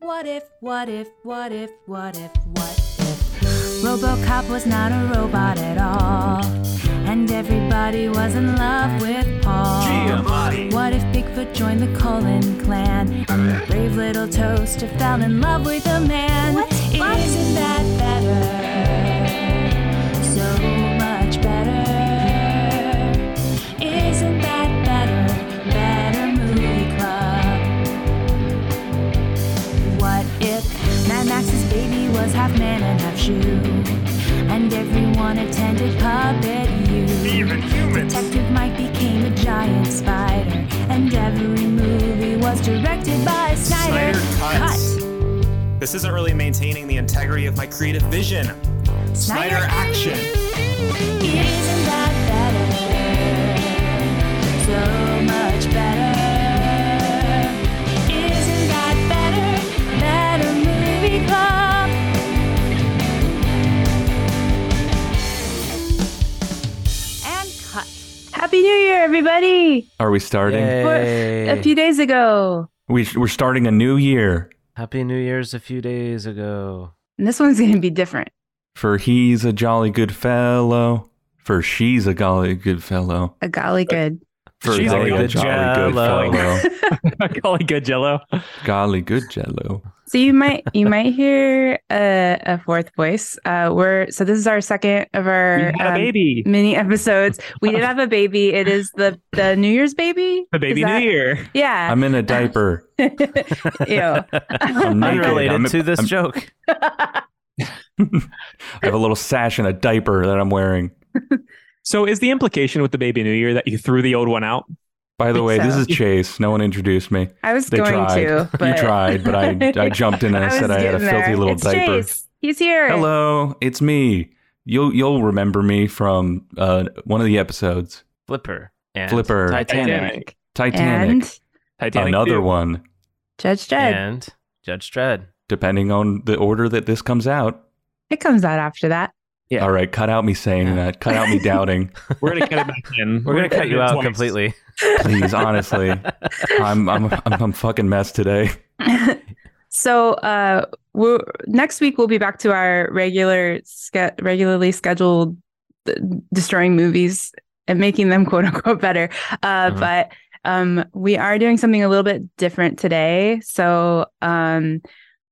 What if, what if, what if, what if, what if Robocop was not a robot at all? And everybody was in love with Paul. What if Bigfoot joined the Cullen clan? And the brave little toaster fell in love with a man. What? What? Isn't that better? So much better. Isn't that better? Better movie club. What if Mad Max's baby was half man and half shoe? And everyone attended puppet you. Even humans. Detective Mike became a giant spider. And every movie was directed by Snyder. Snyder cuts. This isn't really maintaining the integrity of my creative vision. Cut. Snyder action. Isn't that better? So much better. Isn't that better? Better movie club. And cut. Happy New Year, everybody! Are we starting? We're- A Yay. few days ago. We, we're starting a new year Happy New Year's a few days ago. And this one's going to be different. for he's a jolly good fellow, for she's a jolly good fellow, A golly good. for She's a they good jello. Golly good jello. jolly good jello. So you might you might hear a, a fourth voice. Uh, we're so this is our second of We our had a um, baby. mini episodes. We did have a baby. It is the the New Year's baby. The baby Is that- New Year. Yeah. I'm in a diaper. I'm naked. Unrelated I'm, to this I'm- joke. I have a little sash and a diaper that I'm wearing. So is the implication with the baby New Year that you threw the old one out? By the Think way, this so. is Chase. No one introduced me. I was They going tried. to. But you tried, but I, I jumped in and I, was said I had a getting filthy there. little It's diaper. Chase. He's here. Hello, it's me. You'll you'll remember me from uh, one of the episodes, Flipper. And Flipper. Titanic. Titanic. And Titanic Another two. one, Judge Jed. And Judge Dredd. depending on the order that this comes out. It comes out after that. Yeah. All right, cut out me saying Yeah. that. Cut out me doubting. We're gonna cut it back in. We're going to cut it you out twice. completely. Please, honestly, I'm I'm I'm, I'm fucking messed today. so uh we're, next week we'll be back to our regular ske- regularly scheduled uh, destroying movies and making them quote unquote better uh Mhm. but um we are doing something a little bit different today so um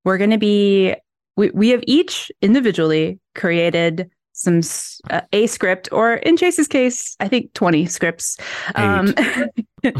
we're going to be we, we have each individually created some s- uh, a script or in chase's case i think 20 scripts um,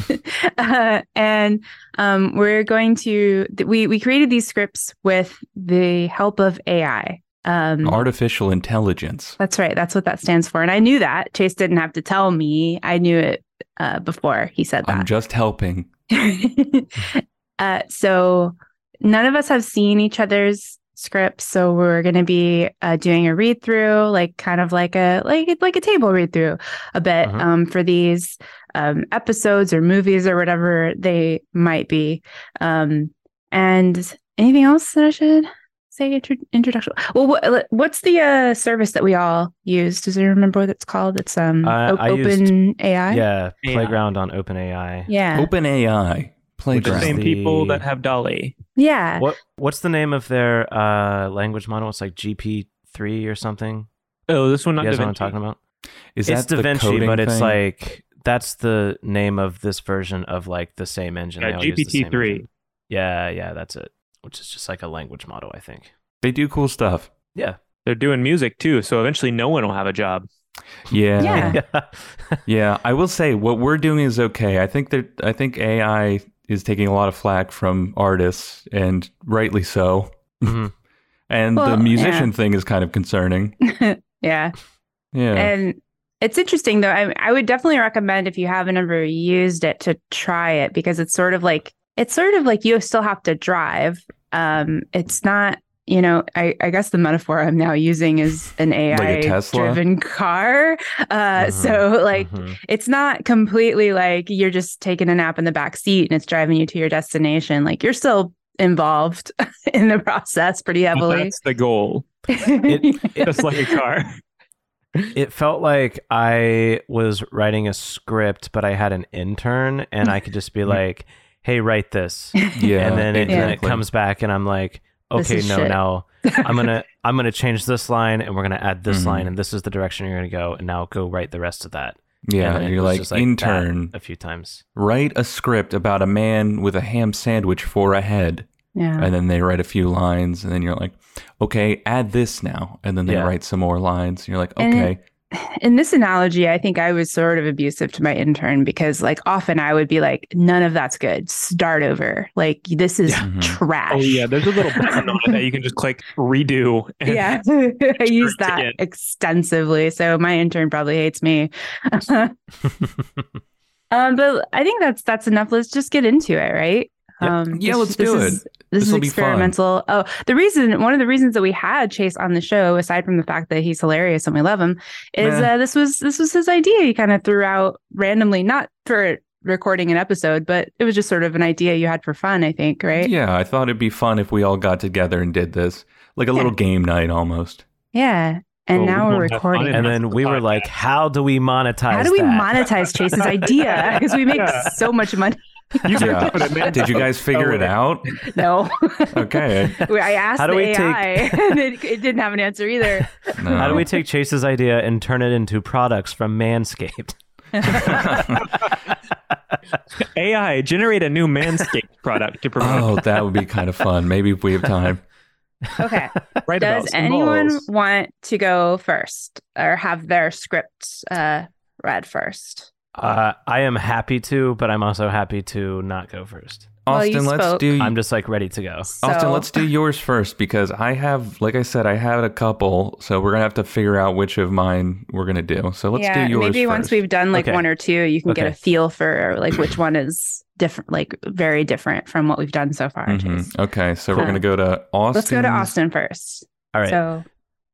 uh, and um, we're going to th- we we created these scripts with the help of ai um, Artificial intelligence. that's right that's what that stands for and i knew that chase didn't have to tell me i knew it uh, before he said that I'm just helping. uh, so none of us have seen each other's scripts so we're going to be uh, doing a read through like kind of like a like like a table read through a bit Uh-huh. um, for these um, episodes or movies or whatever they might be um, and anything else that i should say intro- introduction well what, what's the uh, service that we all use does anyone remember what it's called it's um Uh, I o- used- open ai Yeah. Yeah. Playground on OpenAI. yeah Open AI Which The is playground. same The- people that have Dolly. yeah What What's the name of their uh, language model? It's like GP3 or something. Oh, this one not you guys know what I'm DaVinci. talking about? Is it's that the Da Vinci, coding but it's thing? like that's the name of this version of like the same engine. Yeah, They all use the same GPT-3. engine. Yeah, yeah, that's it. Which is just like a language model, I think. they do cool stuff. Yeah. They're doing music too, so eventually no one will have a job. Yeah. Yeah. Yeah, I will say what we're doing is okay. I think that I think AI is taking a lot of flack from artists, and rightly so. Mhm. And Well, the musician thing is kind of concerning. yeah Yeah, And it's interesting though. I, I would definitely recommend if you haven't ever used it to try it because it's sort of like it's sort of like you still have to drive. Um, it's not, you know, I, I guess the metaphor I'm now using is an AI Like a Tesla? Uh-huh. driven car. Uh, Mhm, so like Mm-hmm. Mhm. it's not completely like you're just taking a nap in the back seat and it's driving you to your destination. Like you're still involved in the process pretty heavily. That's the goal. It- it- Just like a car. It felt like I was writing a script, but I had an intern, and I could just be like, hey, write this, Mm-hmm. Yeah. and then it, then it exactly. comes back, and I'm like, This okay, is no, shit." now I'm gonna I'm gonna change this line, and we're gonna add this Mhm. line, and this is the direction you're gonna go, and now go write the rest of that. Yeah. and then it you're was like, just that intern, a few times. write a script about a man with a ham sandwich for a head. Yeah. And then they write a few lines, and then you're like, okay, add this now. And then they Yeah. write some more lines. And you're like, And okay. In this analogy, I think I was sort of abusive to my intern because, like, often I would be like, none of that's good. Start over. Like, this is Yeah. Mhm. trash. Oh yeah, there's a little button on it that you can just click redo. and- Yeah. I use Sure, that again. extensively. So my intern probably hates me. Um, but I think that's that's enough. Let's just get into it, right? Yep. Um, Yeah, this- let's this do is- it. this is This'll be fun. experimental. Oh, the reason one of the reasons that we had Chase on the show, aside from the fact that he's hilarious and we love him, is Meh. uh, this was this was his idea. He kind of threw out randomly, not for recording an episode, but it was just sort of an idea you had for fun. I think, right? Yeah, I thought it'd be fun if we all got together and did this, like a little game night almost. Yeah. And Well, now we we're won't have fun recording. And that's then the we were podcast. like, how do we monetize? How do we that? monetize Chase's idea? Because we make Yeah. so much money. You can Yeah. put a man- Did you guys figure it out? No. Okay. Where I asked How do the we take- AI, and it, it didn't have an answer either. No. How do we take Chase's idea and turn it into products from Manscaped? AI generate a new Manscaped product to promote? Oh, that would be kind of fun. Maybe if we have time. Okay. Right Does about anyone smalls. want to go first or have their script uh, read first? Uh, I am happy to, but I'm also happy to not go first. Well, you Austin, let's spoke. do I'm just like ready to go. Austin, So- let's do yours first because I have, like I said, I had a couple, so we're gonna have to figure out which of mine we're gonna do. So let's yeah, do yours. maybe once first. we've done like Okay. one or two, you can get Okay. a feel for like which one is different, like very different from what we've done so far. Mhm. Chase. Okay, so Cool. we're gonna go to Austin. Let's go to Austin first. All right. So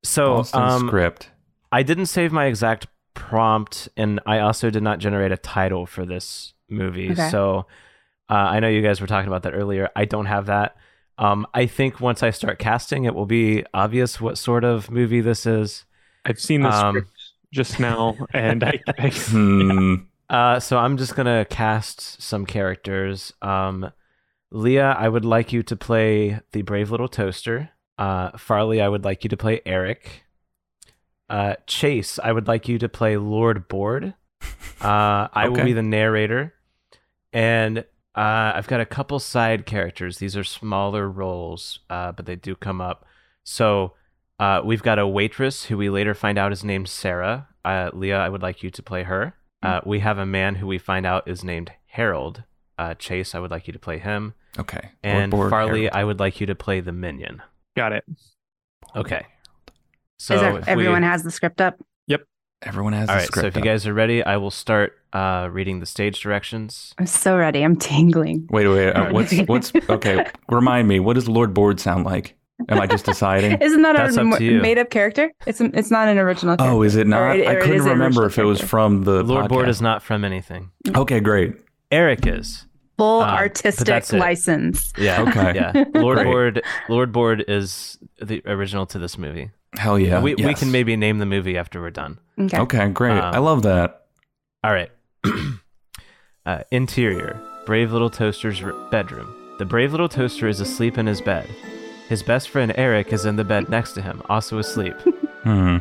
So, Austin's um, script. I didn't save my exact prompt, and I also did not generate a title for this movie. Okay. So uh, I know you guys were talking about that earlier. I don't have that. Um, I think once I start casting, it will be obvious what sort of movie this is. I've seen this Um, script just now, and I, I Hmm. Uh, so I'm just gonna cast some characters. Um, Leah, I would like you to play the brave little toaster. Uh, Farley, I would like you to play Eric. Uh, Chase, I would like you to play Lord Board. Uh, I will Okay. be the narrator, and uh, I've got a couple side characters. These are smaller roles, uh, but they do come up. So uh, we've got a waitress who we later find out is named Sarah. Uh, Leah, I would like you to play her. Mm. Uh, we have a man who we find out is named Harold. Uh, Chase, I would like you to play him. Okay. And Lord Borg, Farley, Harold. I would like you to play the minion. got it. Okay. So is if that, we- everyone has the script up? Everyone has all a right. script. So if you up. guys are ready, I will start uh, reading the stage directions. I'm so ready. I'm tingling. Wait, wait. Uh, Alright. what's what's okay? Remind me. What does Lord Board sound like? Am I just deciding? Isn't that That's a up to you. made up character? It's it's not an original. Oh, is it not? Or it- or I it couldn't is an remember original if it was character. from the Lord Board podcast. is not from anything. Okay, great. Eric is. full um, but artistic that's it. license. Yeah. Okay. Yeah. Lord Great. Board. Lord Board is the original to this movie. Hell yeah. we we yes. can maybe name the movie after we're done. Okay. Okay, great. Um, I love that. All right. uh, interior Brave Little Toaster's r- bedroom. The Brave Little Toaster is asleep in his bed. His best friend Eric is in the bed next to him, also asleep. Hmm.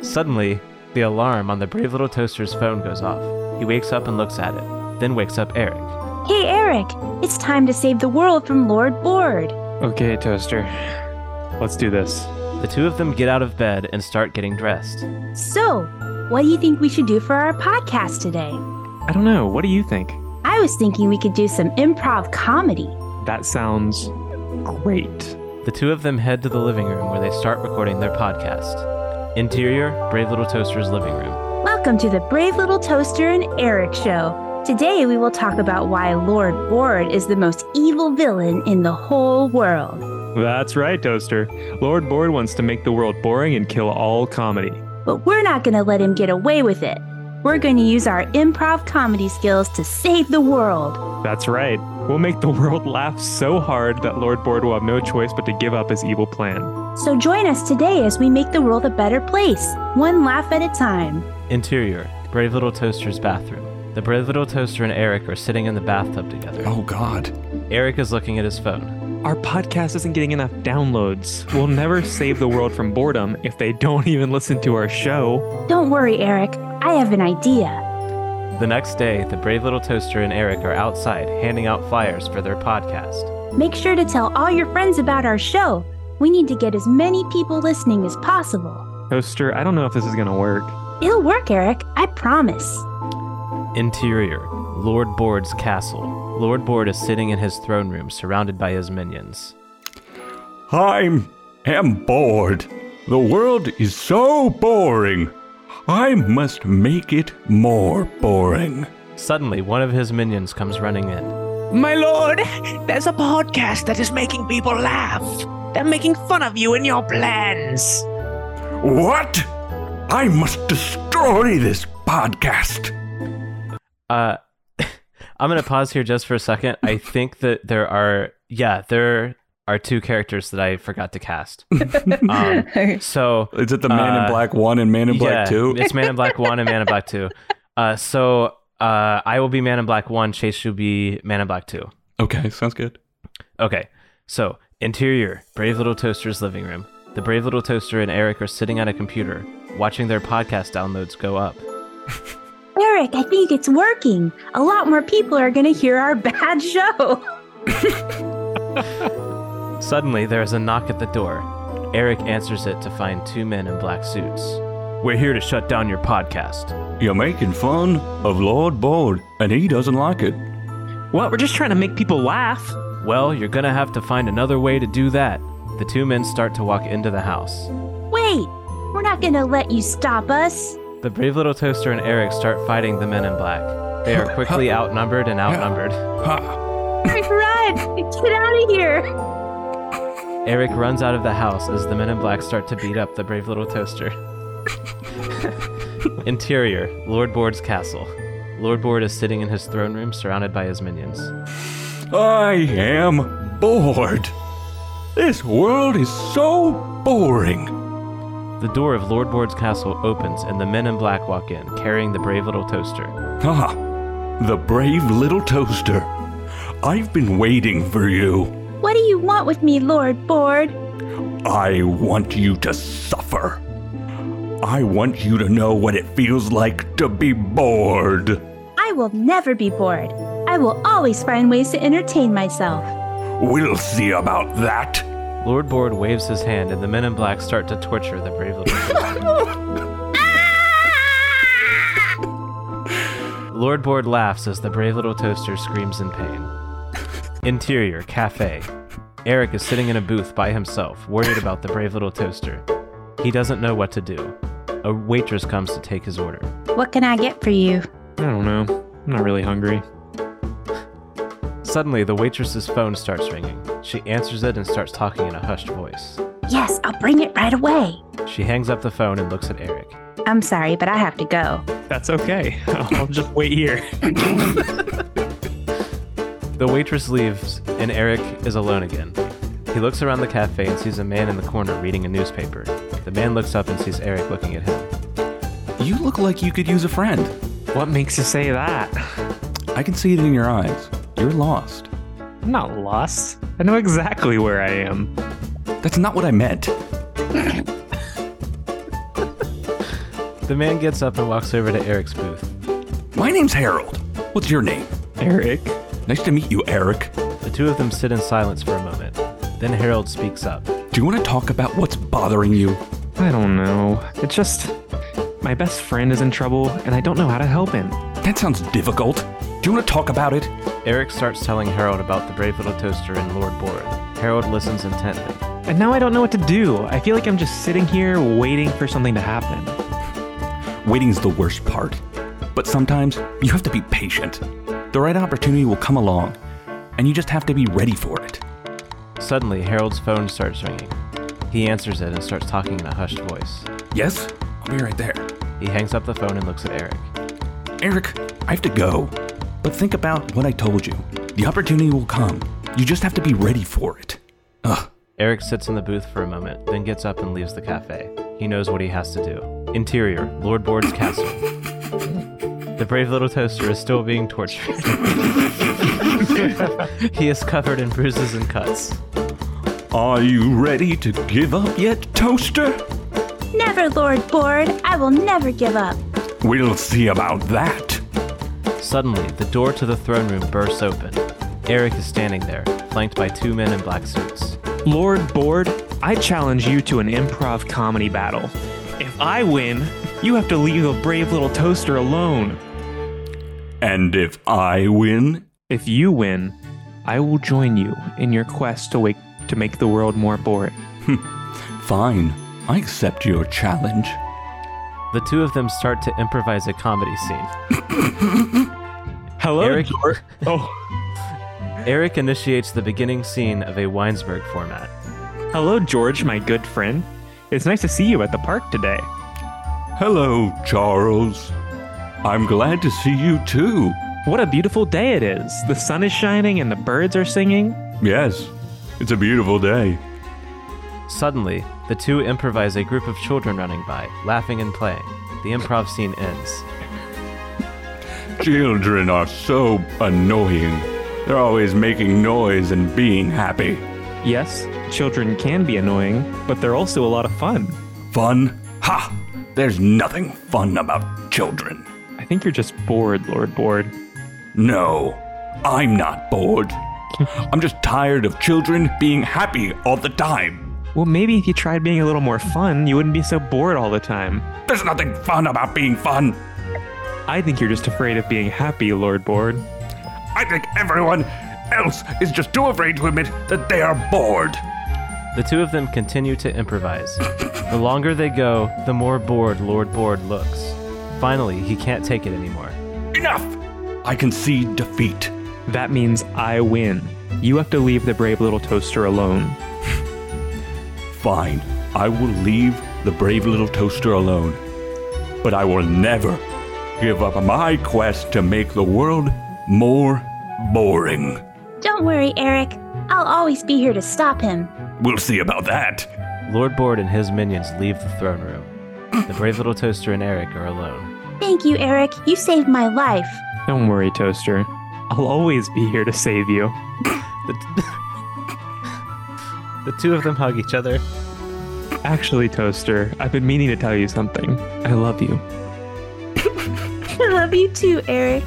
Suddenly, the alarm on the Brave Little Toaster's phone goes off. He wakes up and looks at it, then wakes up Eric. Hey, Eric, it's time to save the world from Lord Board. Okay, toaster. Let's do this. The two of them get out of bed and start getting dressed. So, what do you think we should do for our podcast today? I don't know. What do you think? I was thinking we could do some improv comedy. That sounds great. The two of them head to the living room where they start recording their podcast. Interior Brave Little Toaster's living room. Welcome to the Brave Little Toaster and Eric Show. Today, we will talk about why Lord Board is the most evil villain in the whole world. That's right, toaster. Lord Board wants to make the world boring and kill all comedy. But we're not going to let him get away with it. We're going to use our improv comedy skills to save the world. That's right. We'll make the world laugh so hard that Lord Board will have no choice but to give up his evil plan. So, join us today as we make the world a better place, one laugh at a time. Interior Brave Little Toaster's bathroom. The brave little toaster and Eric are sitting in the bathtub together. Oh God. Eric is looking at his phone. Our podcast isn't getting enough downloads. We'll never save the world from boredom if they don't even listen to our show. Don't worry, Eric. I have an idea. The next day, the brave little toaster and Eric are outside handing out flyers for their podcast. Make sure to tell all your friends about our show. We need to get as many people listening as possible. Toaster, I don't know if this is going to work. It'll work, Eric. I promise. Interior Lord Board's castle. Lord Board is sitting in his throne room surrounded by his minions. I'm am bored. The world is so boring. I must make it more boring. Suddenly, one of his minions comes running in. My lord, there's a podcast that is making people laugh. They're making fun of you and your plans. What? I must destroy this podcast. Uh, I'm going to pause here just for a second. I think that there are, yeah, there are two characters that I forgot to cast. Um, so Is it the Man Uh, in Black One and Man in Black Two? It's Man in Black One and Man in Black Two. Uh, so uh, I will be Man in Black One. Chase should be Man in Black Two. Okay, sounds good. Okay. So interior, Brave Little Toaster's living room. The Brave Little Toaster and Eric are sitting at a computer, watching their podcast downloads go up. Eric, I think it's working. A lot more people are going to hear our bad show. Suddenly, there is a knock at the door. Eric answers it to find two men in black suits. We're here to shut down your podcast. You're making fun of Lord Bored, and he doesn't like it. What? We're just trying to make people laugh. Well, you're gonna have to find another way to do that. The two men start to walk into the house. Wait, we're not going to let you stop us. The brave little toaster and Eric start fighting the men in black. They are quickly outnumbered and outnumbered. Ha! Eric, run! Get out of here! Eric runs out of the house as the men in black start to beat up the brave little toaster. Interior Lord Board's castle. Lord Board is sitting in his throne room surrounded by his minions. I am bored. This world is so boring. The door of Lord Board's castle opens and the men in black walk in, carrying the brave little toaster. Ha! Ah, The brave little toaster. I've been waiting for you. What do you want with me, Lord Board? I want you to suffer. I want you to know what it feels like to be bored. I will never be bored. I will always find ways to entertain myself. We'll see about that. Lord Board waves his hand and the men in black start to torture the brave little toaster. Lord Board laughs as the brave little toaster screams in pain. Interior Cafe. Eric is sitting in a booth by himself, worried about the brave little toaster. He doesn't know what to do. A waitress comes to take his order. What can I get for you? I don't know. I'm not really hungry. Suddenly, the waitress's phone starts ringing. She answers it and starts talking in a hushed voice. Yes, I'll bring it right away. She hangs up the phone and looks at Eric. I'm sorry, but I have to go. That's okay. I'll just wait here. The waitress leaves, and Eric is alone again. He looks around the cafe and sees a man in the corner reading a newspaper. The man looks up and sees Eric looking at him. You look like you could use a friend. What makes you say that? I can see it in your eyes. You're lost. I'm not lost. I know exactly where I am. That's not what I meant. The man gets up and walks over to Eric's booth. My name's Harold. What's your name? Eric. Nice to meet you, Eric. The two of them sit in silence for a moment. Then Harold speaks up. Do you want to talk about what's bothering you? I don't know. It's just my best friend is in trouble and I don't know how to help him. That sounds difficult. Do you want to talk about it? Eric starts telling Harold about the brave little toaster and Lord Board. Harold listens intently. And now I don't know what to do. I feel like I'm just sitting here waiting for something to happen. Waiting's the worst part. But sometimes you have to be patient. The right opportunity will come along, and you just have to be ready for it. Suddenly, Harold's phone starts ringing. He answers it and starts talking in a hushed voice. Yes? I'll be right there. He hangs up the phone and looks at Eric. Eric, I have to go. But think about what I told you. The opportunity will come. You just have to be ready for it. Ugh. Eric sits in the booth for a moment, then gets up and leaves the cafe. He knows what he has to do. Interior, Lord Board's castle. The brave little toaster is still being tortured. he is covered in bruises and cuts. Are you ready to give up yet, Toaster? Never, Lord Board. I will never give up. We'll see about that. Suddenly, the door to the throne room bursts open. Eric is standing there, flanked by two men in black suits. Lord Board, I challenge you to an improv comedy battle. If I win, you have to leave the brave little toaster alone. And if I win, If you win, I will join you in your quest to wake to make the world more boring. fine. I accept your challenge. The two of them start to improvise a comedy scene. Hello, Eric- Dor- oh, Eric initiates the beginning scene of a Weinsberg format. hello, George, my good friend. It's nice to see you at the park today. Hello, Charles. I'm glad to see you too. What a beautiful day it is. The sun is shining and the birds are singing. Yes, it's a beautiful day. Suddenly, the two improvise a group of children running by, laughing and playing. The improv scene ends. Children are so annoying. They're always making noise and being happy. Yes, children can be annoying, but they're also a lot of fun. Fun? Ha! There's nothing fun about children. I think you're just bored, Lord Board. No, I'm not bored. I'm just tired of children being happy all the time. Well, maybe if you tried being a little more fun, you wouldn't be so bored all the time. There's nothing fun about being fun. I think you're just afraid of being happy, Lord Board. I think everyone else is just too afraid to admit that they are bored. The two of them continue to improvise. The longer they go, the more bored Lord Board looks. Finally, he can't take it anymore. Enough! I concede defeat. That means I win. You have to leave the brave little toaster alone. Fine, I will leave the brave little toaster alone. But I will never give up my quest to make the world more boring. Don't worry, Eric. I'll always be here to stop him. We'll see about that. Lord Board and his minions leave the throne room. The brave little toaster and Eric are alone. Thank you, Eric. You saved my life. Don't worry, Toaster. I'll always be here to save you. The, t- the two of them hug each other. Actually, Toaster, I've been meaning to tell you something. I love you. I love you too, Eric.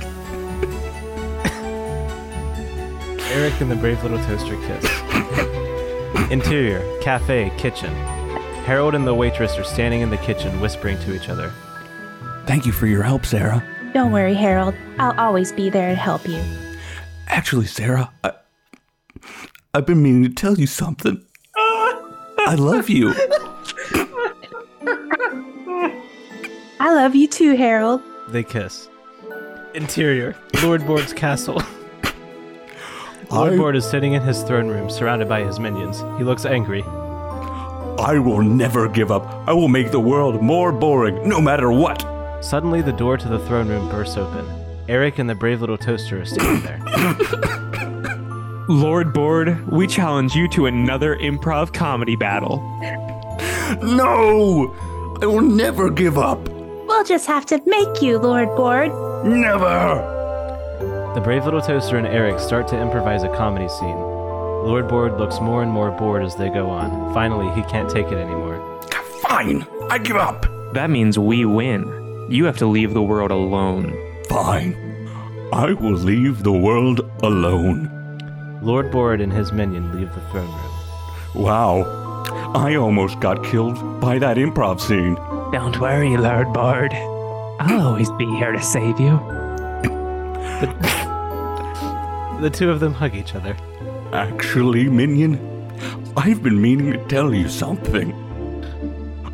Eric and the brave little toaster kiss. Interior, cafe, kitchen. Harold and the waitress are standing in the kitchen whispering to each other. Thank you for your help, Sarah. Don't worry, Harold. I'll always be there to help you. Actually, Sarah, I, I've been meaning to tell you something. I love you. I love you too, Harold. They kiss. Interior, Lord Board's castle. Lord I- Board is sitting in his throne room surrounded by his minions. He looks angry. I will never give up. I will make the world more boring, no matter what. Suddenly, the door to the throne room bursts open. Eric and the brave little toaster are standing there. Lord Board, we challenge you to another improv comedy battle. No! I will never give up. We'll just have to make you, Lord Board. Never! The brave little toaster and Eric start to improvise a comedy scene. Lord Board looks more and more bored as they go on. Finally, he can't take it anymore. Fine, I give up. That means we win. You have to leave the world alone. Fine. I will leave the world alone. Lord Board and his minion leave the throne room. Wow. I almost got killed by that improv scene. Don't worry, Lord Board. I'll always be here to save you. The two of them hug each other. Actually, Minion, I've been meaning to tell you something.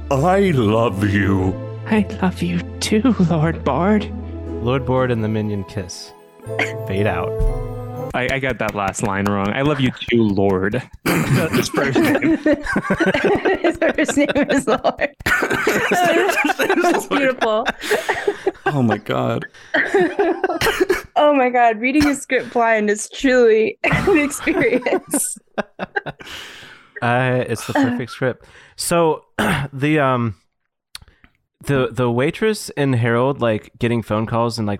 I love you. I love you too, Lord Bard. Lord Board and the minion kiss. Fade out. I, I got that last line wrong. I love you too, Lord. That's his first name. His first name is Lord. That's beautiful. Oh my god. Oh my god, reading a script blind is truly an experience. Uh, it's the perfect script. So the um the the waitress and Harold like getting phone calls and like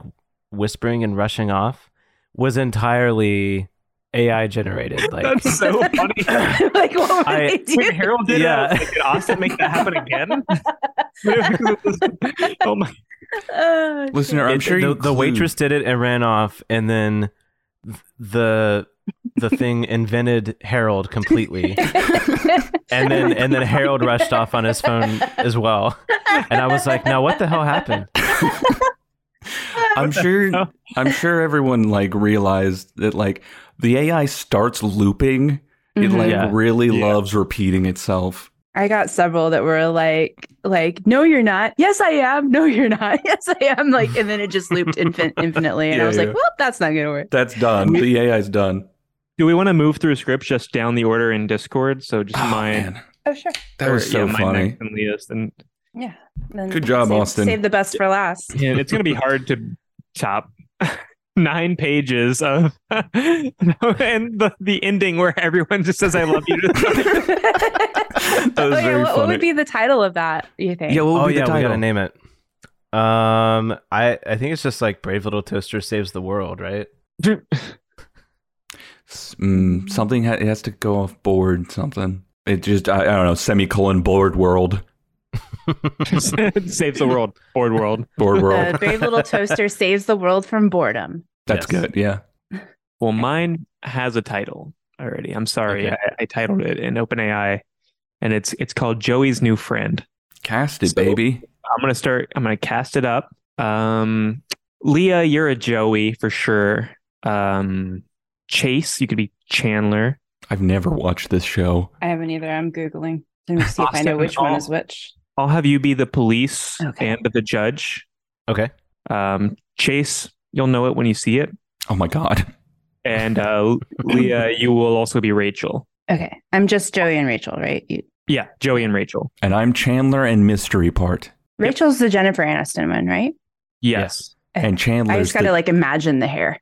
whispering and rushing off was entirely AI generated. Like That's so funny. like what were I- they Wait, doing? Harold did Yeah. yeah. Did Austin make that happen again? oh my! Oh, shit. Listener, I'm It- sure the, you the clued. waitress did it and ran off, and then th- the the thing invented Harold completely, and then and then Harold rushed off on his phone as well. And I was like, now what the hell happened? I'm sure hell? I'm sure everyone like realized that like the AI starts looping. It Mhm. like Yeah. really Yeah. loves repeating itself. I got several that were like, like, no, you're not. Yes, I am. No, you're not. Yes, I am. Like, and then it just looped infin- infinitely, and Yeah, I was yeah. like, well, that's not gonna work. That's done. The AI's done. Do we want to move through scripts just down the order in Discord? So just Oh, mine. man. Oh sure. That or, was so yeah, mine funny. next and Leah's, and Then Good job, save- Austin. Save the best for last. and it's gonna be hard to top nine pages of and the, the ending where everyone just says I love you. That was Oh, yeah, very what, what funny. would be the title of that? You think? Yeah, what would oh be yeah, the we title? gotta name it. Um, I I think it's just like Brave Little Toaster saves the world, right? S- mm, something ha- it has to go off board. Something. It just I, I don't know. Semicolon board world. Saves the world, board world. Board world. the brave little toaster saves the world from boredom. That's Yes. good. Yeah. Well, mine has a title already. I'm sorry, Okay. I, I titled it in OpenAI, and it's it's called Joey's New Friend. Cast it, So- baby. I'm gonna start. I'm gonna cast it up. Um, Leah, you're a Joey for sure. Um, Chase, you could be Chandler. I've never watched this show. I haven't either. I'm googling. Let me see if I know Austin, which one all- is which. I'll have you be the police Okay. and the judge. Okay. Um, Chase, you'll know it when you see it. Oh my god. And uh, Leah, you will also be Rachel. Okay, I'm just Joey and Rachel, right? You- Yeah, Joey and Rachel. And I'm Chandler and Mystery Part. Rachel's the Jennifer Aniston one, right? Yes. And Chandler's I just gotta the- like imagine the hair.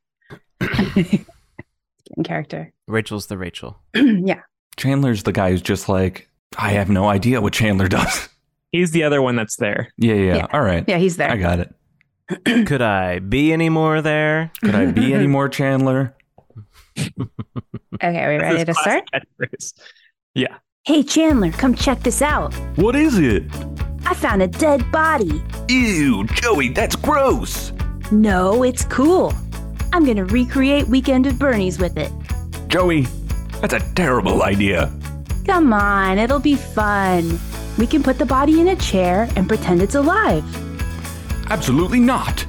In character. Rachel's the Rachel. yeah. Chandler's the guy who's just like, I have no idea what Chandler does. He's the other one that's there. yeah, yeah, yeah. Yeah. All right. Yeah, he's there. I got it. Could I be any more there? Could I be any more Chandler? Okay, are we ready to This is start? classic catchphrase. Hey, Chandler, come check this out. What is it? I found a dead body. Ew, Joey, that's gross. No, it's cool. I'm gonna recreate Weekend at Bernie's with it. Joey, that's a terrible idea. Come on, it'll be fun. We can put the body in a chair and pretend it's alive. Absolutely not.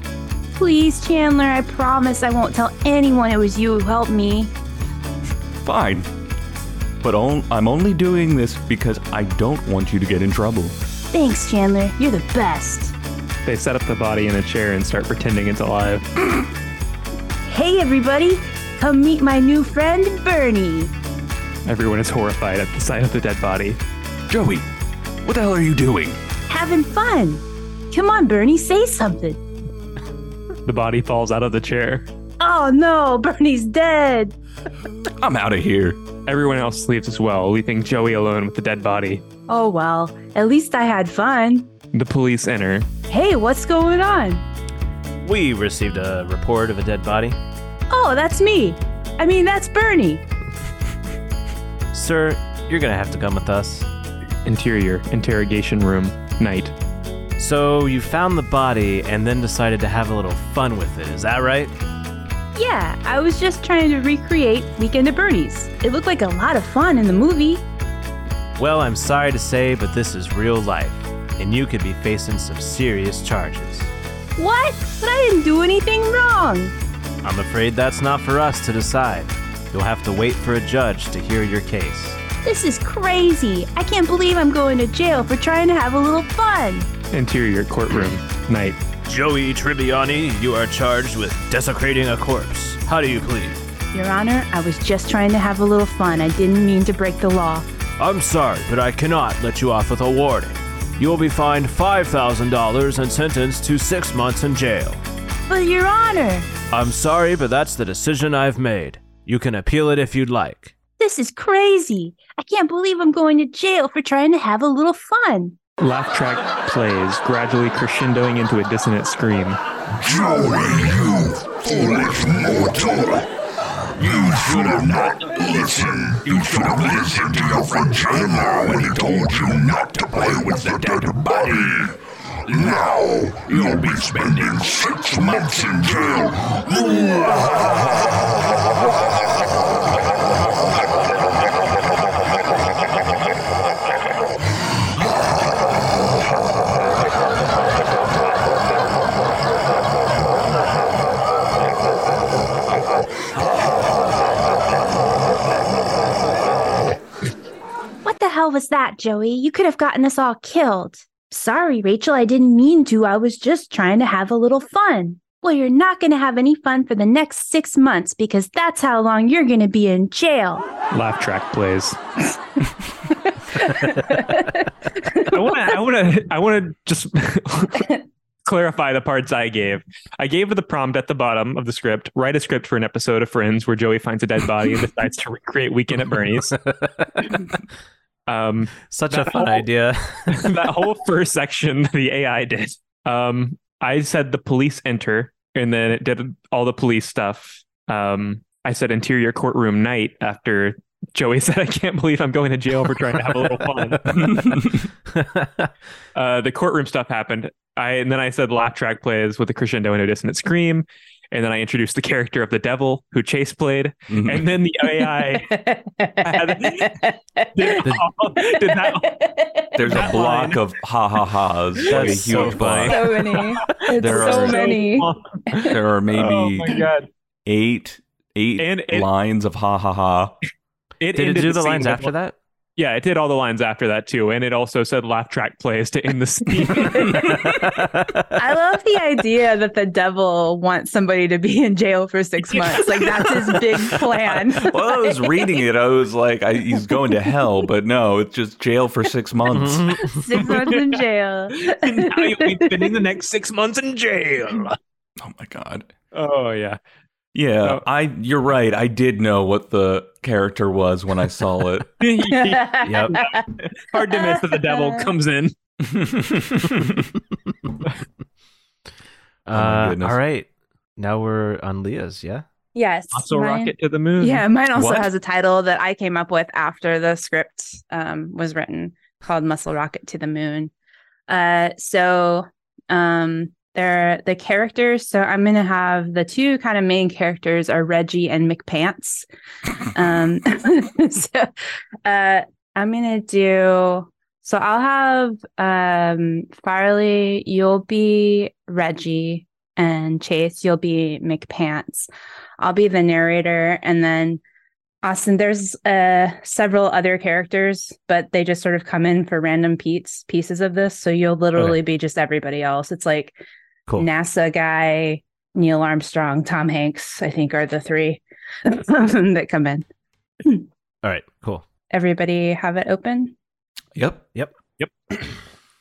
Please, Chandler, I promise I won't tell anyone it was you who helped me. Fine. But on- I'm only doing this because I don't want you to get in trouble. Thanks, Chandler. You're the best. They set up the body in a chair and start pretending it's alive. Hey, everybody. Come meet my new friend, Bernie. Everyone is horrified at the sight of the dead body. Joey, what the hell are you doing? Having fun. Come on, Bernie, say something. The body falls out of the chair. Oh no, Bernie's dead. I'm out of here. Everyone else leaves as well, leaving Joey alone with the dead body. Oh well, at least I had fun. The police enter. Hey, what's going on? We received a report of a dead body. Oh, that's me. I mean, that's Bernie. Sir, you're gonna have to come with us. Interior, interrogation room, night. So you found the body and then decided to have a little fun with it, is that right? Yeah, I was just trying to recreate Weekend at Bernie's. It looked like a lot of fun in the movie. Well, I'm sorry to say, but this is real life, and you could be facing some serious charges. What? But I didn't do anything wrong. I'm afraid that's not for us to decide. You'll have to wait for a judge to hear your case. This is crazy. I can't believe I'm going to jail for trying to have a little fun. Interior courtroom, night. Joey Tribbiani, you are charged with desecrating a corpse. How do you plead? Your Honor, I was just trying to have a little fun. I didn't mean to break the law. I'm sorry, but I cannot let you off with a warning. You will be fined $5,000 and sentenced to six months in jail. But Your Honor, I'm sorry, but that's the decision I've made. You can appeal it if you'd like. this is crazy. I can't believe I'm going to jail for trying to have a little fun. Laugh track plays, gradually crescendoing into a dissonant scream. Joey, you foolish mortal! You should have not listened. You should have listened to your friend Chandler when he told you not to play with the dead body. Now you'll be spending six months in jail. What the hell was that, Joey? You could have gotten us all killed. Sorry, Rachel, I didn't mean to. I was just trying to have a little fun. Well, you're not going to have any fun for the next six months because that's how long you're going to be in jail. Laugh track plays. I want to. I want to. I want to just clarify the parts I gave. I gave the prompt at the bottom of the script: write a script for an episode of Friends where Joey finds a dead body and decides to recreate Weekend at Bernie's. Um, Such a fun idea. that whole first section the AI did. Um, I said the police enter, and then it did all the police stuff. Um, I said interior courtroom night after Joey said, "I can't believe I'm going to jail for trying to have a little fun." uh, the courtroom stuff happened. I and then I said laugh track plays with a crescendo and a dissonant scream, and then I introduced the character of the devil who Chase played, Mm-hmm. and then the AI did, all- did that There's a That block line. of ha ha ha's. That's a so huge block. so many. It's There so are- many. There are Oh maybe my god! eight eight And it- lines of ha ha ha. Did it ended do the scene lines with- after that? Yeah, it did all the lines after that too, and it also said laugh track plays to end the scene. I love the idea that the devil wants somebody to be in jail for six months. Like that's his big plan. While I was reading it, I was like, I, he's going to hell, but no, it's just jail for six Mm-hmm. months. six months in jail. and now you'll be spending the next six months in jail. Oh my god. Oh yeah, Yeah, No. I. You're right. I did know what the character was when I saw it. Yep. hard to miss that the devil comes in. my Oh Uh, goodness. all right. Now we're on Leah's, yeah? Yes. Also, mine- rocket to the Hmm. moon. Yeah, mine also What? has a title that I came up with after the script um, was written called Muscle Rocket to the Moon. Uh, so um, they're the characters. So I'm going to have the two kind of main characters are Reggie and McPants. um, so uh, I'm going to do. So I'll have um, Farley, you'll be Reggie, and Chase, you'll be McPants. I'll be the narrator, and then Austin. There's uh, several other characters, but they just sort of come in for random Pete's pieces of this. So you'll literally be just everybody else. It's like Cool. NASA guy, Neil Armstrong, Tom Hanks. I think are the three that come in. All right, cool. Everybody have it open. yep.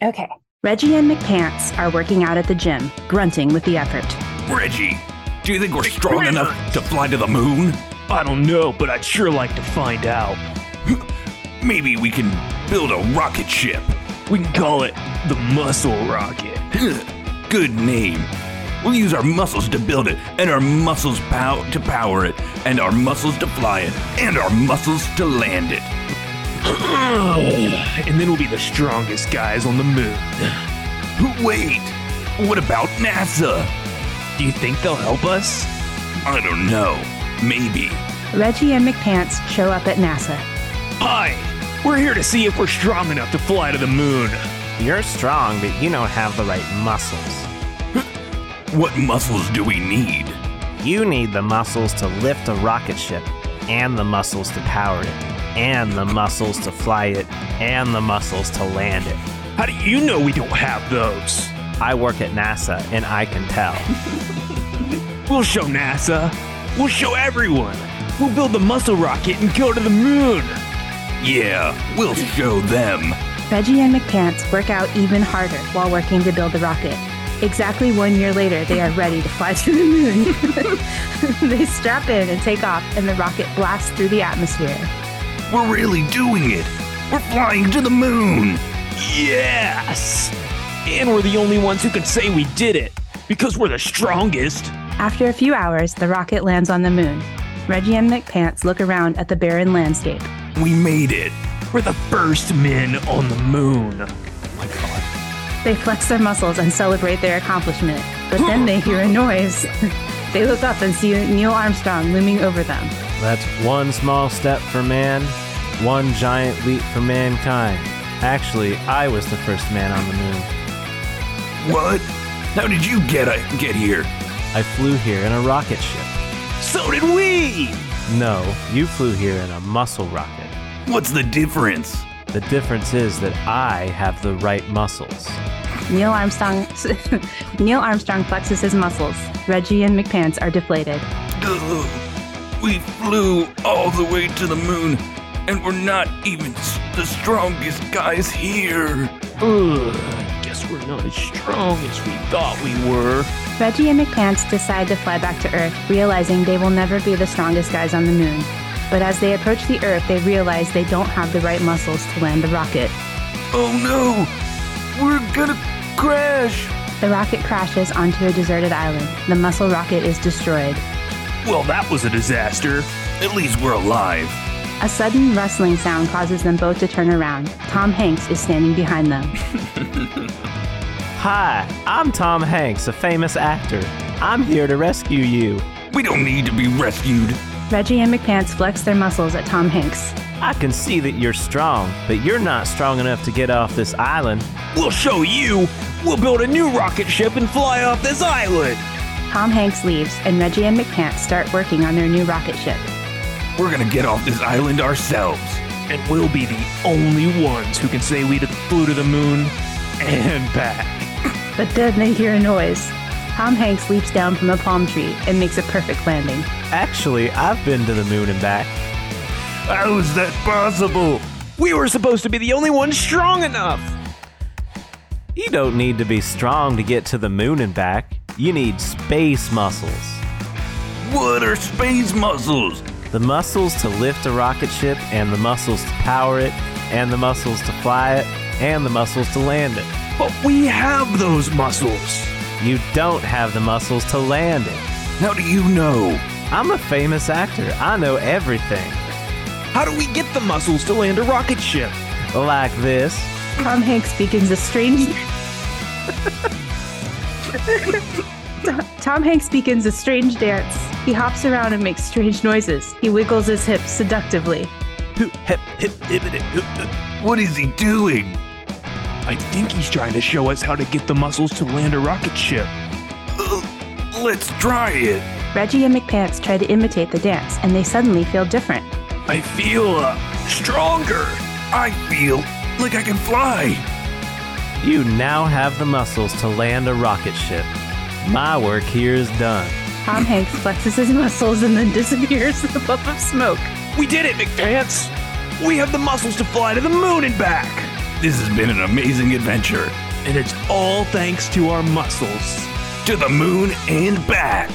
Okay. Reggie and McPants are working out at the gym, grunting with the effort. Reggie, do you think we're strong enough to fly to the moon? I don't know, but I'd sure like to find out. Maybe we can build a rocket ship. We can call it the Muscle Rocket. Good name. We'll use our muscles to build it, and our muscles pow- to power it, and our muscles to fly it, and our muscles to land it. and then we'll be the strongest guys on the moon. Wait, what about NASA? Do you think they'll help us? I don't know. Maybe. Reggie and McPants show up at NASA. Hi, we're here to see if we're strong enough to fly to the moon. You're strong, but you don't have the right muscles. What muscles do we need? You need the muscles to lift a rocket ship, and the muscles to power it, and the muscles to fly it, and the muscles to land it. How do you know we don't have those? I work at NASA, and I can tell. We'll show NASA. We'll show everyone. We'll build the muscle rocket and go to the moon. Yeah, we'll show them. Reggie and McPants work out even harder while working to build the rocket. Exactly one year later, they are ready to fly to the moon. they strap in and take off, and the rocket blasts through the atmosphere. We're really doing it. We're flying to the moon. Yes! And we're the only ones who can say we did it because we're the strongest. After a few hours, the rocket lands on the moon. Reggie and McPants look around at the barren landscape. We made it. We're the first men on the moon. They flex their muscles and celebrate their accomplishment, but then they hear a noise. they look up and see Neil Armstrong looming over them. That's one small step for man, one giant leap for mankind. Actually, I was the first man on the moon. What? How did you get uh, get here? I flew here in a rocket ship. So did we! No, you flew here in a muscle rocket. What's the difference? The difference is that I have the right muscles. Neil Armstrong Neil Armstrong flexes his muscles. Reggie and McPants are deflated. Duh. We flew all the way to the moon, and we're not even s- the strongest guys here. Ugh, I guess we're not as strong as we thought we were. Reggie and McPants decide to fly back to Earth, realizing they will never be the strongest guys on the moon. But as they approach the Earth, they realize they don't have the right muscles to land the rocket. Oh no! We're gonna crash! The rocket crashes onto a deserted island. The muscle rocket is destroyed. Well, that was a disaster. At least we're alive. A sudden rustling sound causes them both to turn around. Tom Hanks is standing behind them. Hi, I'm Tom Hanks, a famous actor. I'm here to rescue you. We don't need to be rescued. Reggie and McPants flex their muscles at Tom Hanks. I can see that you're strong, but you're not strong enough to get off this island. We'll show you. We'll build a new rocket ship and fly off this island. Tom Hanks leaves, and Reggie and McPants start working on their new rocket ship. We're gonna get off this island ourselves. And we'll be the only ones who can say we d- flew to the moon and back. But then they hear a noise. Tom Hanks leaps down from a palm tree and makes a perfect landing. Actually, I've been to the moon and back. How is that possible? We were supposed to be the only ones strong enough. You don't need to be strong to get to the moon and back. You need space muscles. What are space muscles? The muscles to lift a rocket ship, and the muscles to power it, and the muscles to fly it, and the muscles to land it. But we have those muscles. You don't have the muscles to land it. How do you know? I'm a famous actor. I know everything. How do we get the muscles to land a rocket ship? Like this. Tom Hanks begins a strange. Tom Hanks begins a strange dance. He hops around and makes strange noises. He wiggles his hips seductively. What is he doing? I think he's trying to show us how to get the muscles to land a rocket ship. Uh, let's try it. Reggie and McPants try to imitate the dance, and they suddenly feel different. I feel uh, Stronger. I feel like I can fly. You now have the muscles to land a rocket ship. My work here is done. Tom Hanks flexes his muscles and then disappears in a puff of smoke. we did it, McPants. We have the muscles to fly to the moon and back. This has been an amazing adventure. And it's all thanks to our muscles. To the moon and back.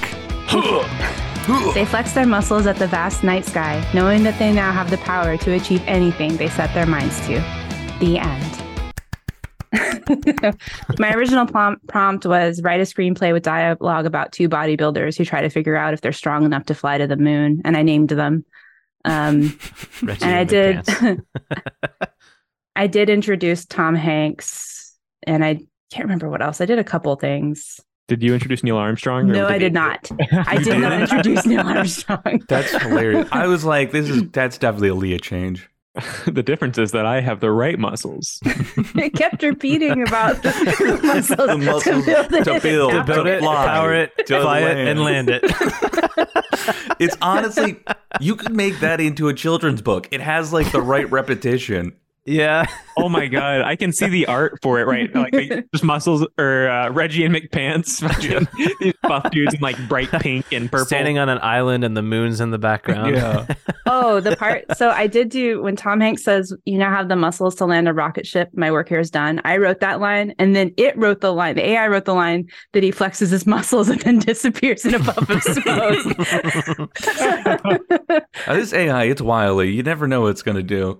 They flex their muscles at the vast night sky, knowing that they now have the power to achieve anything they set their minds to. The end. My original plom- prompt was write a screenplay with dialogue about two bodybuilders who try to figure out if they're strong enough to fly to the moon, and I named them. Um, Reggie and I did. McPants. I did introduce Tom Hanks, and I can't remember what else. I did a couple things. Did you introduce Neil Armstrong? or No, I you- did not. I did not didn't? introduce Neil Armstrong. That's hilarious. I was like, this is that's definitely a Leah change. the difference is that I have the right muscles. it kept repeating about the, muscles, The to muscles build it. to build, Yeah. to Build it, fly, power it, to fly it, and land it. It's honestly, you could make that into a children's book. It has like the right repetition. yeah. oh my god, I can see the art for it right. Like they- just muscles or uh, Reggie and McPants, fucking these buff dudes in like bright Uh-huh. pink and purple. Standing on an island and the moon's in the background. Yeah. Oh, the part. So I did do when Tom Hanks says, "You now have the muscles to land a rocket ship. My work here is done." I wrote that line, and then it wrote the line. The AI wrote the line that he flexes his muscles and then disappears in a puff of smoke. Uh, This AI, it's wily. You never know what it's going to do.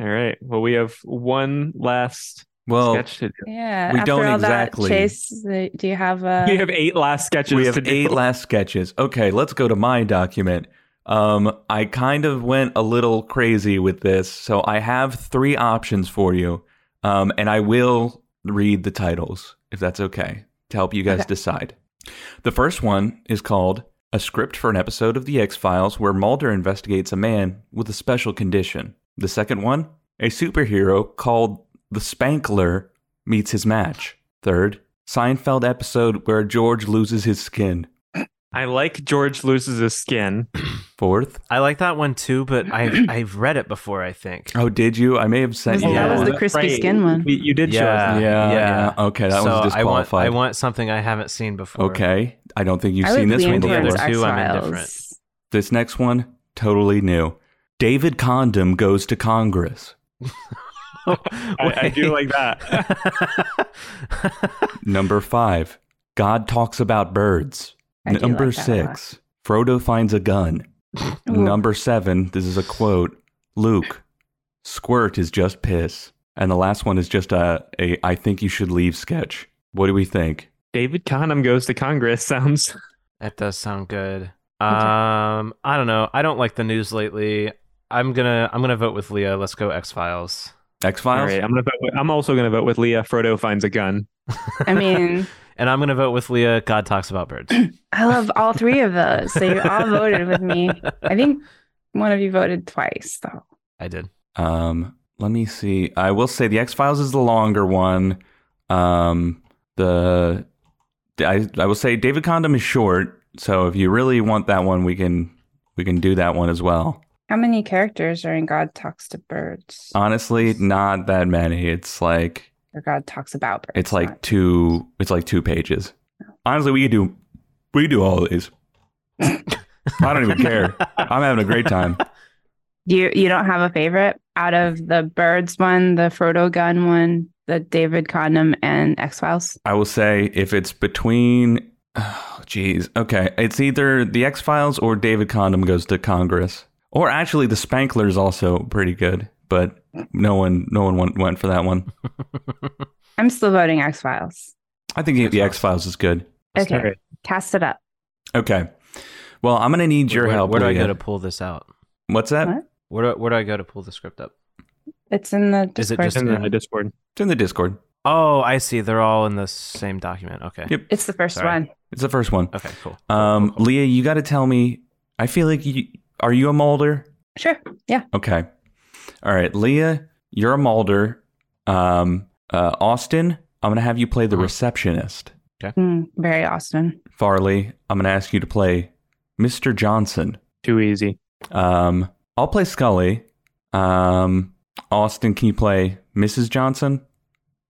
All right. Well, we have one last Well, sketch to do. Yeah. We after don't all exactly- That, Chase, uh, do you have a? We have eight last sketches. we have to do. eight last sketches. Okay, let's go to my document. Um, I kind of went a little crazy with this, so I have three options for you, um, and I will read the titles if that's okay to help you guys decide. The first one is called "A Script for an Episode of the X Files," where Mulder investigates a man with a special condition. The second one, a superhero called the Spankler meets his match. Third, Seinfeld episode where George loses his skin. I like George loses his skin. Fourth, I like that one too, but I I've read it before. I think. oh, did you? I may have sent That you. was- Yeah. that was the crispy skin one. You, you did show us yeah, yeah, yeah, Okay, that so one's I want disqualified. I want something I haven't seen before. okay, I don't think you've I would seen this one lean before. towards There are two I'm X-Files. indifferent. This next one, totally new. David Condom goes to Congress. I, I do like that. Number five, God talks about birds. I do Number like that a lot. six, Frodo finds a gun. Ooh. Number seven, this is a quote Luke, squirt is just piss. And the last one is just a, a I think you should leave sketch. What do we think? David Conham goes to Congress sounds. That does sound good. Um, I don't know. I don't like the news lately. I'm gonna I'm gonna vote with Leah. Let's go X Files. X All Files? right. I'm gonna. Vote, with- I'm also gonna vote with Leah. Frodo finds a gun. I mean, and I'm gonna vote with Leah. God talks about birds. I love all three of those. So you all voted with me. I think one of you voted twice, though. I did. Um, let me see. I will say the X Files is the longer one. Um, the I I will say David Condom is short. So if you really want that one, we can we can do that one as well. How many characters are in God Talks to Birds? Honestly, not that many. It's like or God Talks About Birds? it's like not- two it's like two pages. Honestly, we could do we could do all of these. I don't even care. I'm having a great time. Do you, you don't have a favorite out of the Birds one, the Frodo Gun one, the David Condom, and X Files? I will say if it's between, oh, geez, okay, it's either the X Files or David Condom goes to Congress, or actually the Spankler is also pretty good, but no one, no one went, went for that one. I'm still voting X Files. I think the X Files is good. Okay, All right. cast it up. Okay, well, I'm gonna need your where, help. Where do I Leah. go to pull this out? What's that? What? Where do, where do I go to pull the script up? It's in the Is it Discord. just And in- then I Discord. It's in the Discord. Oh, I see. They're all in the same document. Okay. Yep. It's the first Sorry. one. It's the first one. Okay. Cool. Um, Leah, you got to tell me. I feel like you are you a Mulder? Sure. Yeah. Okay. All right, Leah, you're a Mulder. Um, uh, Austin, I'm gonna have you play the receptionist. Mm, very Austin. Farley, I'm gonna ask you to play Mr. Johnson. Too easy. Um, I'll play Scully. Um, Austin, can you play Mrs. Johnson?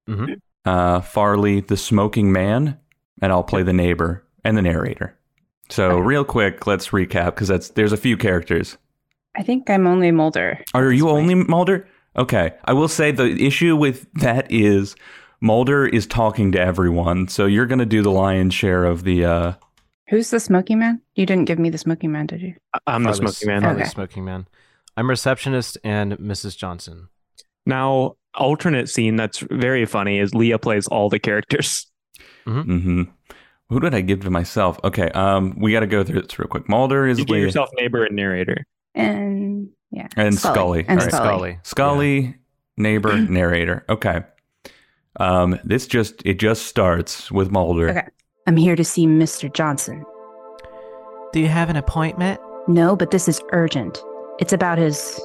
Mm-hmm. Mhm. Uh, Farley, the smoking man, and I'll play the neighbor and the narrator. So real quick, let's recap because that's there's a few characters. I think I'm only Mulder. Are you That's only Mulder? Okay. I will say the issue with that is Mulder is talking to everyone, so you're going to do the lion's share of the. Uh, Who's the Smoky Man? You didn't give me the Smoky Man, did you? I- I'm the Farley- smoking man. Farley Okay. Smoking man. I'm receptionist and Mrs. Johnson. Now, alternate scene that's very funny is Leah plays all the characters. hmm Who did I give to myself? Okay. Um, we got to go through this real quick. Mulder is You give Leah- yourself neighbor and narrator. And yeah. And Scully. And All right, Scully. Scully, neighbor, narrator. Okay. Um, this just it just starts with Mulder. Okay. I'm here to see Mr. Johnson. Do you have an appointment? No, but this is urgent. It's about his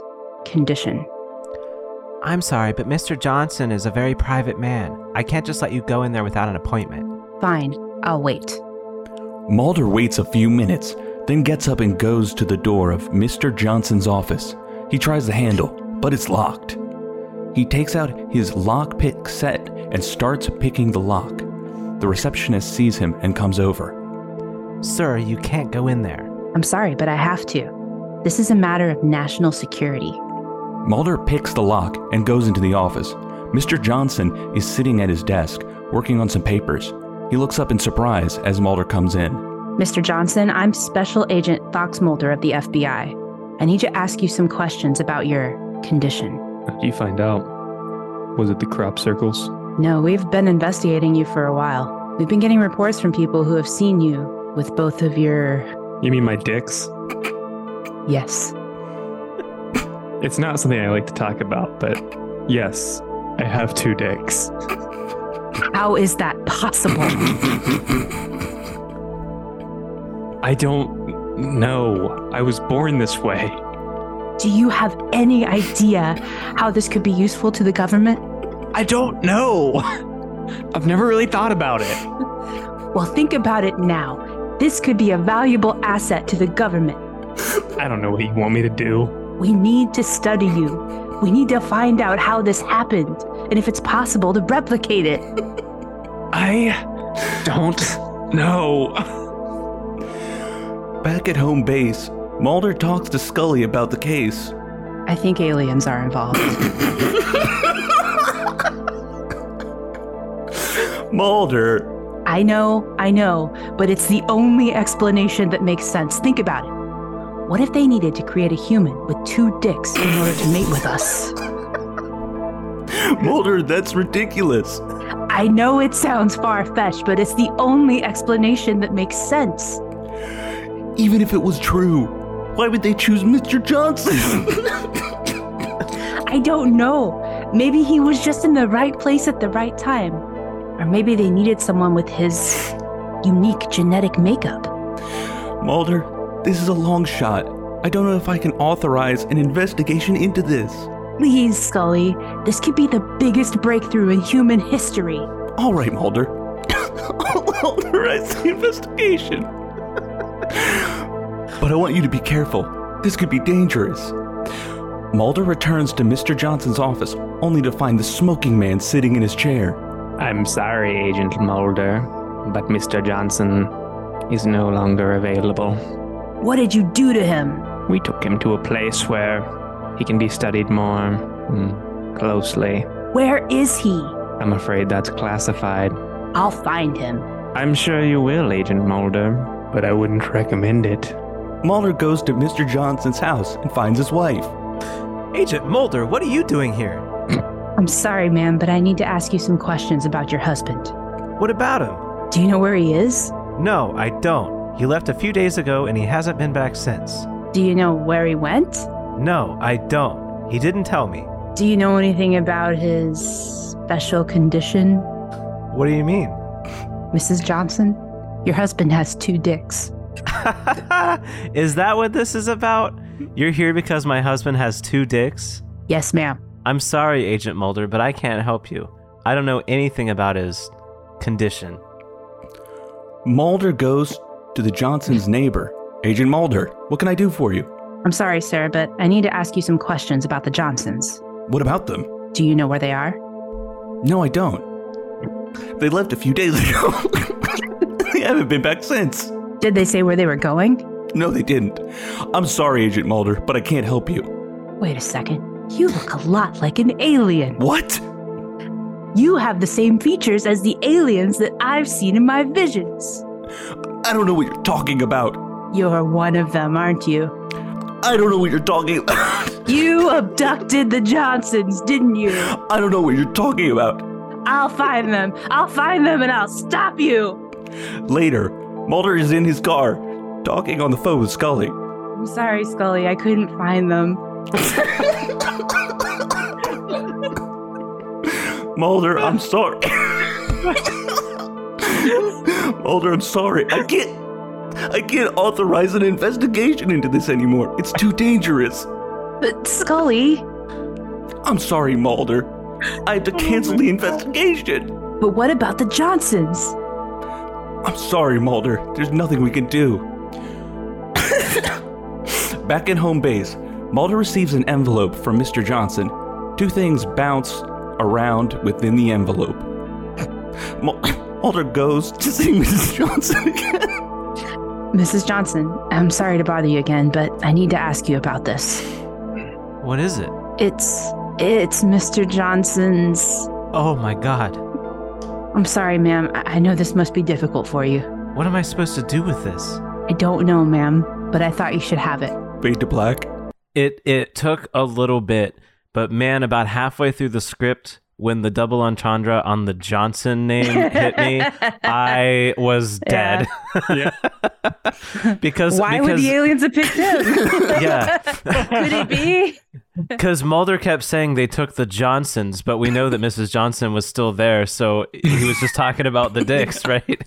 condition. I'm sorry, but Mr. Johnson is a very private man. I can't just let you go in there without an appointment. Fine, I'll wait. Mulder waits a few minutes, then gets up and goes to the door of Mr. Johnson's office. He tries the handle, but it's locked. He takes out his lockpick set and starts picking the lock. The receptionist sees him and comes over. Sir, you can't go in there. I'm sorry, but I have to. This is a matter of national security. Mulder picks the lock and goes into the office. Mr. Johnson is sitting at his desk, working on some papers. He looks up in surprise as Mulder comes in. Mr. Johnson, I'm Special Agent Fox Mulder of the FBI. I need to ask you some questions about your condition. How'd you find out? Was it the crop circles? No, we've been investigating you for a while. We've been getting reports from people who have seen you with both of your. You mean my dicks? Yes. It's not something I like to talk about, but yes, I have two dicks. How is that possible? I don't know. I was born this way. Do you have any idea how this could be useful to the government? I don't know. I've never really thought about it. Well, think about it now. This could be a valuable asset to the government. I don't know what you want me to do. We need to study you. We need to find out how this happened and if it's possible to replicate it. I don't know. Back at home base, Mulder talks to Scully about the case. I think aliens are involved. Mulder, I know, I know, but it's the only explanation that makes sense. Think about it. What if they needed to create a human with two dicks in order to mate with us? Mulder, that's ridiculous. I know it sounds far fetched, but it's the only explanation that makes sense. Even if it was true, why would they choose Mr. Johnson? I don't know. Maybe he was just in the right place at the right time. Or maybe they needed someone with his unique genetic makeup. Mulder, this is a long shot. I don't know if I can authorize an investigation into this. Please, Scully, this could be the biggest breakthrough in human history. All right, Mulder. Authorize the investigation. but I want you to be careful. This could be dangerous. Mulder returns to Mr. Johnson's office only to find the smoking man sitting in his chair. I'm sorry, Agent Mulder, but Mr. Johnson is no longer available. What did you do to him? We took him to a place where he can be studied more mm, closely. Where is he? I'm afraid that's classified. I'll find him. I'm sure you will, Agent Mulder, but I wouldn't recommend it. Mulder goes to Mr. Johnson's house and finds his wife. Agent Mulder, what are you doing here? I'm sorry, ma'am, but I need to ask you some questions about your husband. What about him? Do you know where he is? No, I don't. He left a few days ago and he hasn't been back since. Do you know where he went? No, I don't. He didn't tell me. Do you know anything about his special condition, What do you mean? Mrs. Johnson? Your husband has two dicks. is that what this is about? You're here because my husband has two dicks? Yes, ma'am. I'm sorry, Agent Mulder, but I can't help you. I don't know anything about his condition. Mulder goes to the Johnson's neighbor. Agent Mulder, what can I do for you? I'm sorry, sir, but I need to ask you some questions about the Johnsons. What about them? Do you know where they are? No, I don't. They left a few days ago. they haven't been back since. Did they say where they were going? No, they didn't. I'm sorry, Agent Mulder, but I can't help you. Wait a second. You look a lot like an alien. What? You have the same features as the aliens that I've seen in my visions. I don't know what you're talking about. You're one of them, aren't you? I don't know what you're talking about. You abducted the Johnsons, didn't you? I don't know what you're talking about. I'll find them. I'll find them and I'll stop you. Later, Mulder is in his car, talking on the phone with Scully. I'm sorry, Scully. I couldn't find them. Mulder, I'm sorry. Mulder, I'm sorry. I can't. I can't authorize an investigation into this anymore. It's too dangerous. But Scully, I'm sorry, Mulder. I had to cancel the investigation. but what about the Johnsons? I'm sorry, Mulder. There's nothing we can do. Back in home base, Mulder receives an envelope from Mr. Johnson. Two things bounce around within the envelope. Mul- Mulder goes to see Mrs. Johnson again. Mrs. Johnson, I'm sorry to bother you again, but I need to ask you about this. What is it? It's it's Mr. Johnson's. Oh my god. I'm sorry, ma'am. I, I know this must be difficult for you. What am I supposed to do with this? I don't know, ma'am, but I thought you should have it. Fade to black. It it took a little bit, But man, about halfway through the script, when the double entendre on the Johnson name hit me, I was Yeah. dead. because Why would because, the aliens have picked him? Yeah. Could it be? Because Mulder kept saying they took the Johnsons, but we know that Mrs. Johnson was still there, so he was just talking about the dicks, right?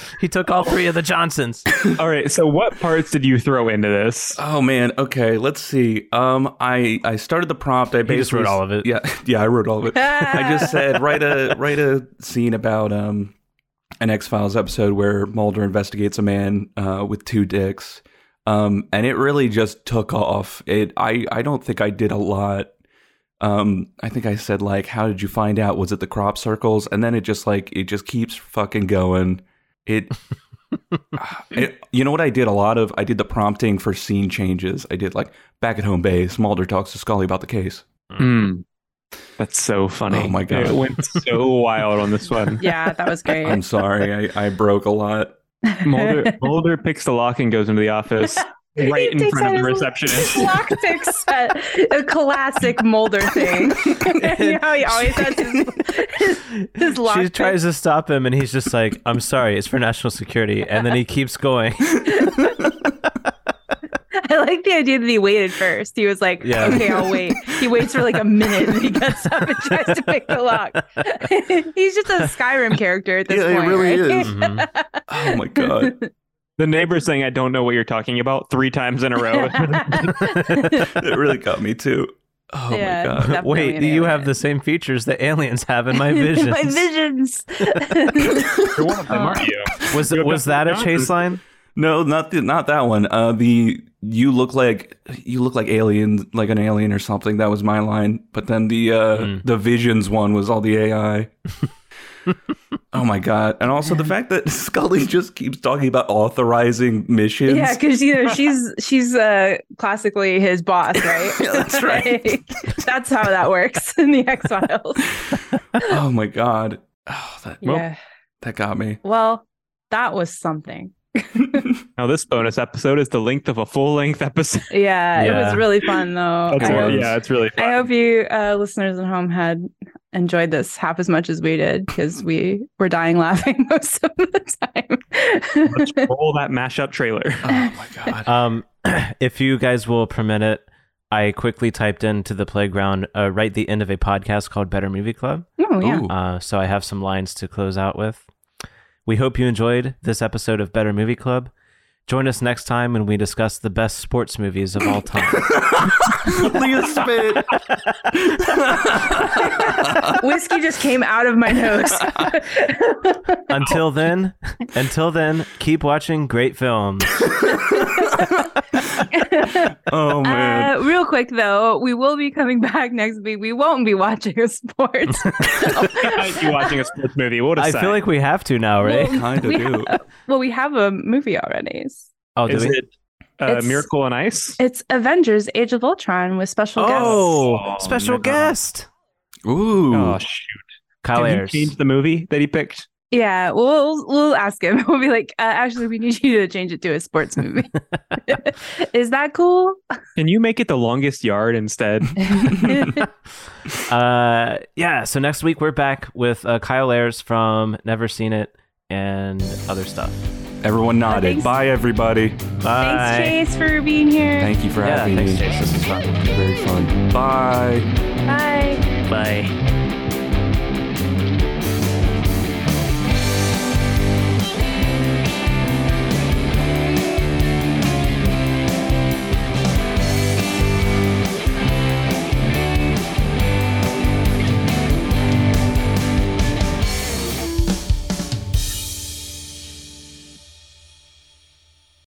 he took all three of the Johnsons. All right. So what parts did you throw into this? Oh man. Okay. Let's see. Um, I I started the prompt. I basically just wrote all of it. Yeah, yeah. I wrote all of it. I just said write a write a scene about um an X Files episode where Mulder investigates a man uh, with two dicks. Um, and it really just took off. It I I don't think I did a lot. Um, I think I said like, how did you find out? Was it the crop circles? And then it just like it just keeps fucking going. It it, you know what I did a lot of? I did the prompting for scene changes. I did like back at home base, Mulder talks to Scully about the case. Hmm. Mm. That's so funny. Oh my God. It went so wild on this one. Yeah, that was great. I'm sorry, I, I broke a lot. Mulder, Mulder picks the lock and goes into the office right in takes front out of the his receptionist. Clock fix set. A classic Mulder thing. you know how he always has his, his, his lock She pick? tries to stop him, and he's just like, I'm sorry, it's for national security. And then he keeps going. I like the idea that he waited first. He was like, Yeah. okay, I'll wait. He waits for like a minute and he gets up and tries to pick the lock. He's just a Skyrim character at this Yeah, he point. really right? is. Oh my god. The neighbor saying, I don't know what you're talking about, three times in a row. it really got me too. Oh Yeah, my god. definitely Wait, an you alien. have the same features that aliens have in my vision. My visions. You're one of them, aren't you? was was that a chase line? No, not the, not that one. Uh the you look like you look like alien like an alien or something. That was my line. But then the uh the visions one was all the AI. oh my god. And also the fact that Scully just keeps talking about authorizing missions. yeah, because you know she's she's uh classically his boss, right? That's right. Like, that's how that works in the X Files. oh my god. Oh, that Yeah. that got me. Well, that was something. Now, this bonus episode is the length of a full length episode. Yeah, it was Yeah. really fun though. That's I, it. was. yeah, it's really I hope you uh, listeners at home had enjoyed this half as much as we did because we were dying laughing most of the time. Let's roll that mashup trailer. Oh my god. Um, if you guys will permit it, I quickly typed into the playground uh, right the end of a podcast called Better Movie Club. oh yeah. Ooh. Uh, so I have some lines to close out with. We hope you enjoyed this episode of Better Movie Club. Join us next time when we discuss the best sports movies of all time. Leah spit. Whiskey just came out of my nose. until then, until then, keep watching great films. Oh man. Uh, real quick though, we will be coming back next week. We won't be watching a sport. you watching a sports movie. What a I sign. feel like we have to now, right? Well, Kinda we do. ha- well, we have a movie already. oh, do is we? it uh, It's- Miracle on Ice? It's Avengers: Age of Ultron with special Oh, Oh, special no. guest, Ooh. Oh, shoot. Kyle Did Ayers. he change the movie that he picked? guest. Yeah, we'll we'll ask him. We'll be like, uh, actually, we need you to change it to a sports movie. Is that cool? Can you make it the longest yard instead? uh, yeah. So next week we're back with uh, Kyle Ayers from Never Seen It and other stuff. Everyone nodded. Thanks. Bye everybody. Bye. Thanks, Chase, for being here. Thank you for Yeah, having thanks, me. Chase. This is fun. Very fun. Bye. Bye. Bye.